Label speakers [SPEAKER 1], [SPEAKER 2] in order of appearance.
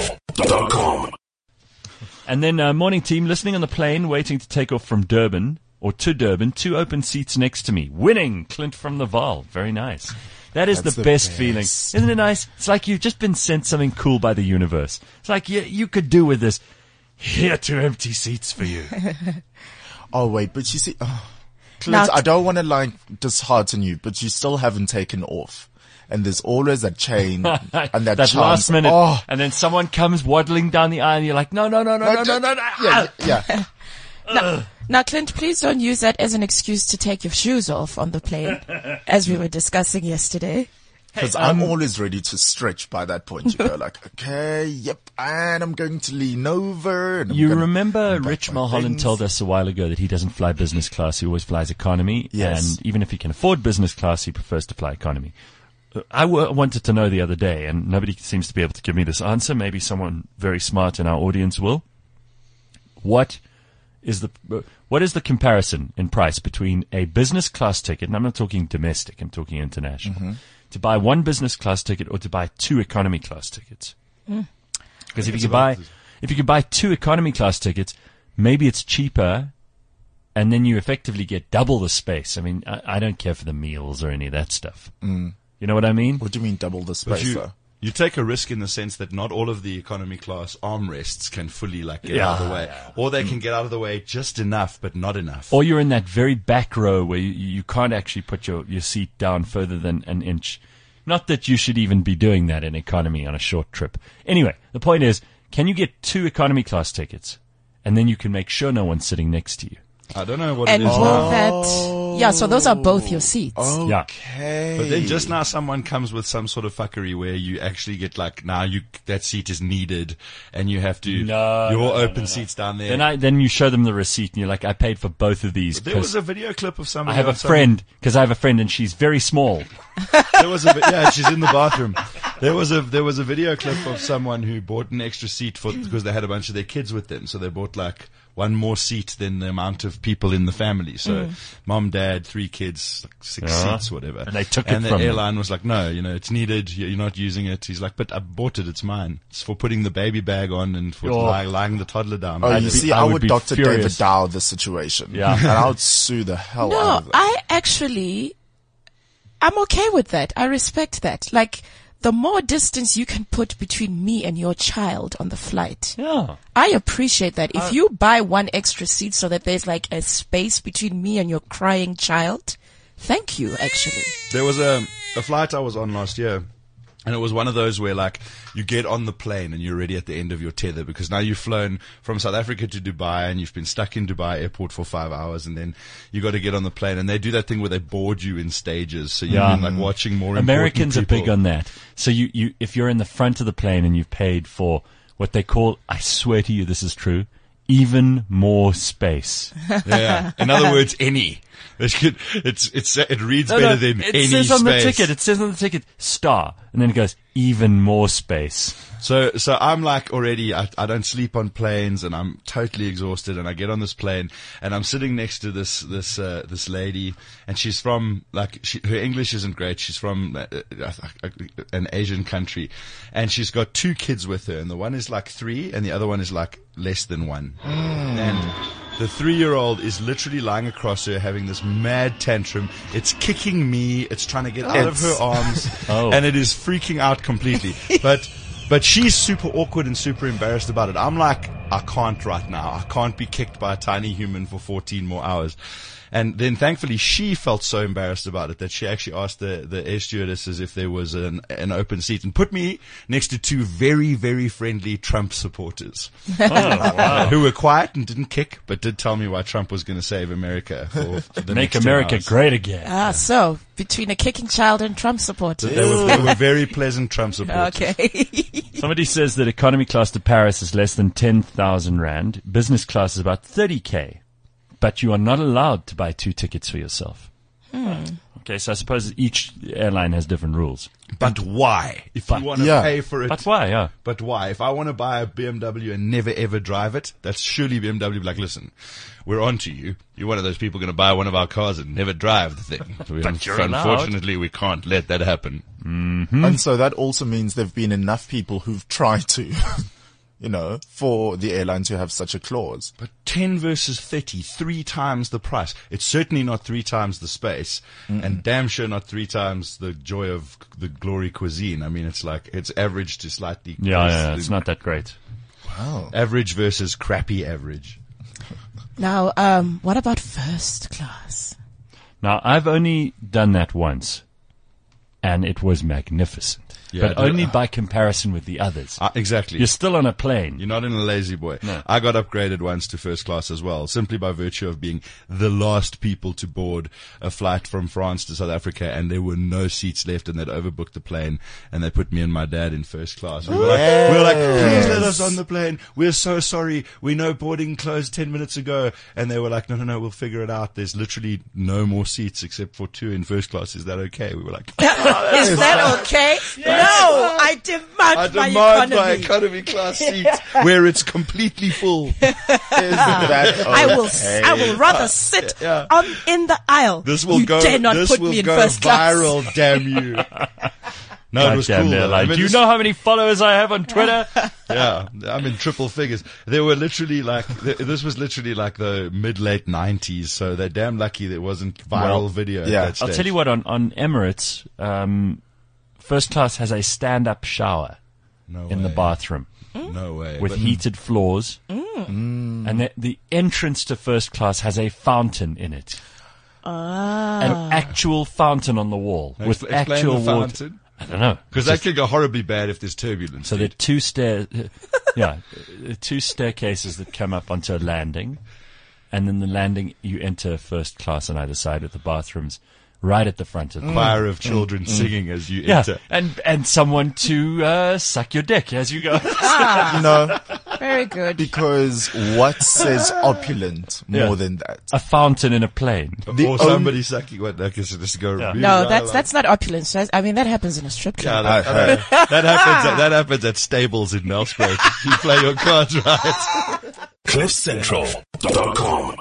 [SPEAKER 1] CliffCentral.com.
[SPEAKER 2] And then uh, morning team listening on the plane, waiting to take off from Durban or to Durban. Two open seats next to me, winning Clint from the Val. Very nice. That is the,
[SPEAKER 3] That's the
[SPEAKER 2] best,
[SPEAKER 3] best.
[SPEAKER 2] feeling, isn't it? Nice. It's like you've just been sent something cool by the universe. It's like you you could do with this. Here are two empty seats for you.
[SPEAKER 3] Oh wait, but you see, oh,
[SPEAKER 4] Now
[SPEAKER 3] Clint, I don't want to like dishearten you, but you still haven't taken off, and there's always that chain and that, chance.
[SPEAKER 2] last minute,
[SPEAKER 3] Oh,
[SPEAKER 2] and then someone comes waddling down the aisle, and you're like, no, no, no, no, no, no, Ah! no, no.
[SPEAKER 3] yeah, yeah. yeah.
[SPEAKER 4] Now, Clint, please don't use that as an excuse to take your shoes off on the plane, as we were discussing yesterday.
[SPEAKER 3] Because
[SPEAKER 2] Um,
[SPEAKER 3] I'm always ready to stretch by that point. You know, like, okay, yep, and I'm going to lean over. And I'm
[SPEAKER 2] You
[SPEAKER 3] gonna-
[SPEAKER 2] remember
[SPEAKER 3] back
[SPEAKER 2] Rich
[SPEAKER 3] my
[SPEAKER 2] Mulholland
[SPEAKER 3] things.
[SPEAKER 2] told us a while ago that he doesn't fly business class, he always flies economy.
[SPEAKER 3] Yes.
[SPEAKER 2] And even if he can afford business class, he prefers to fly economy. Uh, I wa- wanted to know the other day, and nobody seems to be able to give me this answer. Maybe someone very smart in our audience will. What is the uh, what is the comparison in price between a business class ticket, and I'm not talking domestic, I'm talking international,
[SPEAKER 3] Mm-hmm.
[SPEAKER 2] to buy one business class ticket or to buy two economy class tickets? Because if you could buy if you could buy two economy class tickets, maybe it's cheaper, and then you effectively get double the space. I mean, I, I don't care for the meals or any of that stuff. You know what I mean?
[SPEAKER 3] What do you mean double the space?
[SPEAKER 5] But you,
[SPEAKER 3] though?
[SPEAKER 5] you take a risk in the sense that not all of the economy class armrests can fully like get out of the way, or they can get out of the way just enough, but not enough.
[SPEAKER 2] Or you're in that very back row where you, you can't actually put your, your seat down further than an inch. Not that you should even be doing that in economy on a short trip. Anyway, the point is, can you get two economy class tickets, and then you can make sure no one's sitting next to you?
[SPEAKER 5] I don't know what
[SPEAKER 4] And
[SPEAKER 5] it is now.
[SPEAKER 4] will that, yeah, so those are both your seats.
[SPEAKER 2] Yeah.
[SPEAKER 3] Okay.
[SPEAKER 5] But then just now someone comes with some sort of fuckery where you actually get like, now you, that seat is needed and you have to,
[SPEAKER 2] No,
[SPEAKER 5] your
[SPEAKER 2] no, no,
[SPEAKER 5] open
[SPEAKER 2] no, no.
[SPEAKER 5] seats down there.
[SPEAKER 2] Then I then you show them the receipt, and you're like, I paid for both of these.
[SPEAKER 5] there
[SPEAKER 2] 'cause-
[SPEAKER 5] was a video clip of somebody.
[SPEAKER 2] I have a
[SPEAKER 5] on some-
[SPEAKER 2] friend because I have a friend and she's very small.
[SPEAKER 5] There was a, vi- yeah, she's in the bathroom. There was a, there was a video clip of someone who bought an extra seat for, because they had a bunch of their kids with them. So they bought like one more seat than the amount of people in the family. So mom, dad, three kids, like six
[SPEAKER 2] Mm. Yeah.
[SPEAKER 5] seats, whatever.
[SPEAKER 2] And they took it
[SPEAKER 5] And the
[SPEAKER 2] from them.
[SPEAKER 5] airline was like, no, you know, it's needed. You're you're not using it. He's like, but I bought it. It's mine. It's for putting the baby bag on and for
[SPEAKER 2] Oh.
[SPEAKER 5] lying, lying the toddler down.
[SPEAKER 3] Oh,
[SPEAKER 5] I
[SPEAKER 3] you
[SPEAKER 5] just-
[SPEAKER 3] see,
[SPEAKER 2] I
[SPEAKER 3] I
[SPEAKER 2] would
[SPEAKER 3] would,
[SPEAKER 2] be
[SPEAKER 3] Dr.
[SPEAKER 2] furious.
[SPEAKER 3] David Dow the situation.
[SPEAKER 2] Yeah.
[SPEAKER 3] And I would sue the hell out
[SPEAKER 4] No,
[SPEAKER 3] of them.
[SPEAKER 4] I actually, I'm okay with that. I respect that. Like, the more distance you can put between me and your child on the flight,
[SPEAKER 2] Yeah.
[SPEAKER 4] I appreciate that. If you buy one extra seat so that there's like a space between me and your crying child, thank you, actually.
[SPEAKER 5] There was a, a flight I was on last year. And it was one of those where like you get on the plane and you're already at the end of your tether because now you've flown from South Africa to Dubai and you've been stuck in Dubai airport for five hours and then you got to get on the plane and they do that thing where they board you in stages. So you're
[SPEAKER 2] Yeah.
[SPEAKER 5] like watching more important
[SPEAKER 2] Americans are big
[SPEAKER 5] people.
[SPEAKER 2] on that. So you, you if you're in the front of the plane and you've paid for what they call, I swear to you, this is true, even more space.
[SPEAKER 5] Yeah. In other words, any. It's good- it's, it's, it reads better than
[SPEAKER 2] it
[SPEAKER 5] any
[SPEAKER 2] says on
[SPEAKER 5] space.
[SPEAKER 2] the ticket. It says on the ticket star, and then it goes even more space.
[SPEAKER 5] So, so I'm like already, I, I don't sleep on planes and I'm totally exhausted and I get on this plane and I'm sitting next to this, this, uh, this lady and she's from like, she, her English isn't great. She's from uh, uh, uh, an Asian country and she's got two kids with her and the one is like three and the other one is like less than one. And the three year old is literally lying across her having this mad tantrum. It's kicking me. It's trying to get out of her arms.
[SPEAKER 2] Oh.
[SPEAKER 5] And it is freaking out completely. But, but she's super awkward and super embarrassed about it. I'm like, I can't right now. I can't be kicked by a tiny human for 14 more hours. And then thankfully she felt so embarrassed about it that she actually asked the, the air stewardesses if there was an, an open seat and put me next to two very, very friendly Trump supporters
[SPEAKER 2] Oh,
[SPEAKER 5] uh, who were quiet and didn't kick, but did tell me why Trump was going to save America. For, for the
[SPEAKER 2] Make
[SPEAKER 5] next 10
[SPEAKER 2] America
[SPEAKER 5] hours.
[SPEAKER 2] great again.
[SPEAKER 4] Ah, so between a kicking child and Trump supporter.
[SPEAKER 5] They were, they were very pleasant Trump supporters.
[SPEAKER 4] Okay.
[SPEAKER 2] Somebody says that economy class to Paris is less than 10,000 Rand. Business class is
[SPEAKER 5] Hmm.
[SPEAKER 2] about 30K. But you are not allowed to buy two tickets for yourself. Okay, so I suppose each airline has different rules.
[SPEAKER 5] But why? If you want to
[SPEAKER 3] Yeah.
[SPEAKER 5] pay for it.
[SPEAKER 2] But why? Yeah.
[SPEAKER 5] But why? If I want to buy a BMW and never ever drive it, that's surely BMW. Be like, listen, we're on to you. You're one of those people going to buy one of our cars and never drive the thing.
[SPEAKER 2] But you're allowed.
[SPEAKER 5] unfortunately, we can't let that happen.
[SPEAKER 3] And so that also means there've been enough people who've tried to, you know, for the airline to have such a clause.
[SPEAKER 5] But 10 versus 30, three times the price. It's certainly not three times the space, and damn sure not three times the joy of c- the glory cuisine. I mean, it's like, it's average to slightly.
[SPEAKER 2] Yeah, yeah, yeah, it's not that great.
[SPEAKER 5] Average versus crappy average.
[SPEAKER 4] Now, um, what about first class?
[SPEAKER 2] Now, I've only done that once, and it was magnificent.
[SPEAKER 5] Yeah,
[SPEAKER 2] but
[SPEAKER 5] I did-
[SPEAKER 2] only by comparison with the others.
[SPEAKER 5] Uh, exactly.
[SPEAKER 2] You're still on a plane.
[SPEAKER 5] You're not in a lazy boy. I got upgraded once to first class as well, simply by virtue of being the last people to board a flight from France to South Africa, and there were no seats left, and they'd overbooked the plane, and they put me and my dad in first class. We were like, we were like please let us on the plane. We're so sorry. We know boarding closed 10 minutes ago. And they were like, no, no, no, we'll figure it out. There's literally no more seats except for two in first class. Is that okay? We were like,
[SPEAKER 4] Is that okay? No, I demand,
[SPEAKER 5] I
[SPEAKER 4] my
[SPEAKER 5] demand
[SPEAKER 4] economy.
[SPEAKER 5] my economy class seat where it's completely full.
[SPEAKER 3] Is that
[SPEAKER 4] I will,
[SPEAKER 3] okay?
[SPEAKER 4] I will rather sit
[SPEAKER 5] yeah.
[SPEAKER 4] on in the aisle.
[SPEAKER 5] This will
[SPEAKER 4] you
[SPEAKER 5] go.
[SPEAKER 4] dare not
[SPEAKER 5] this
[SPEAKER 4] put
[SPEAKER 5] will
[SPEAKER 4] me in
[SPEAKER 5] go
[SPEAKER 4] first class.
[SPEAKER 5] viral. Damn you! No, it was
[SPEAKER 2] Goddamn,
[SPEAKER 5] cool.
[SPEAKER 2] they're
[SPEAKER 5] though.
[SPEAKER 2] like,
[SPEAKER 5] I mean,
[SPEAKER 2] do you
[SPEAKER 5] this-
[SPEAKER 2] know how many followers I have on Twitter?
[SPEAKER 5] Yeah, I'm in triple figures. They were literally like, th- this was literally like the mid late '90s. So they're damn lucky there wasn't viral
[SPEAKER 3] Well, yeah.
[SPEAKER 5] video. at that
[SPEAKER 2] I'll
[SPEAKER 5] stage.
[SPEAKER 2] tell you what, on, on Emirates, um, first class has a stand up shower
[SPEAKER 5] no
[SPEAKER 2] in the
[SPEAKER 5] way.
[SPEAKER 2] bathroom
[SPEAKER 5] No way.
[SPEAKER 2] with
[SPEAKER 5] Oh, But- Mm.
[SPEAKER 2] heated floors. And the, the entrance to first class has a fountain in it.
[SPEAKER 4] Ah,
[SPEAKER 2] An actual fountain on the wall
[SPEAKER 5] Now,
[SPEAKER 2] with
[SPEAKER 5] expl- explain
[SPEAKER 2] actual
[SPEAKER 5] the
[SPEAKER 2] water.
[SPEAKER 5] fountain.
[SPEAKER 2] I don't know.
[SPEAKER 5] Because that could go horribly bad if there's turbulence.
[SPEAKER 2] So there are two stairs, yeah, uh, two staircases that come up onto a landing, and then the landing you enter first class on either side with the bathrooms right at the front of the
[SPEAKER 5] choir of children singing as you
[SPEAKER 2] Mm. yeah,
[SPEAKER 5] enter.
[SPEAKER 2] and and someone to uh, suck your dick as you go.
[SPEAKER 3] No,
[SPEAKER 4] Very good.
[SPEAKER 3] because what says opulent more
[SPEAKER 2] Yeah.
[SPEAKER 3] than that?
[SPEAKER 2] a fountain in a plane.
[SPEAKER 3] The
[SPEAKER 5] or
[SPEAKER 3] only-
[SPEAKER 5] somebody sucking. What? Like, it's just go.
[SPEAKER 2] Yeah.
[SPEAKER 5] really
[SPEAKER 4] No,
[SPEAKER 5] right
[SPEAKER 4] that's
[SPEAKER 5] along.
[SPEAKER 4] that's not opulence. That's- I mean, that happens in a strip club.
[SPEAKER 5] Yeah, that, that- that happens. At, that happens at stables in Nelspruit. you play your cards right.
[SPEAKER 1] CliffCentral.com.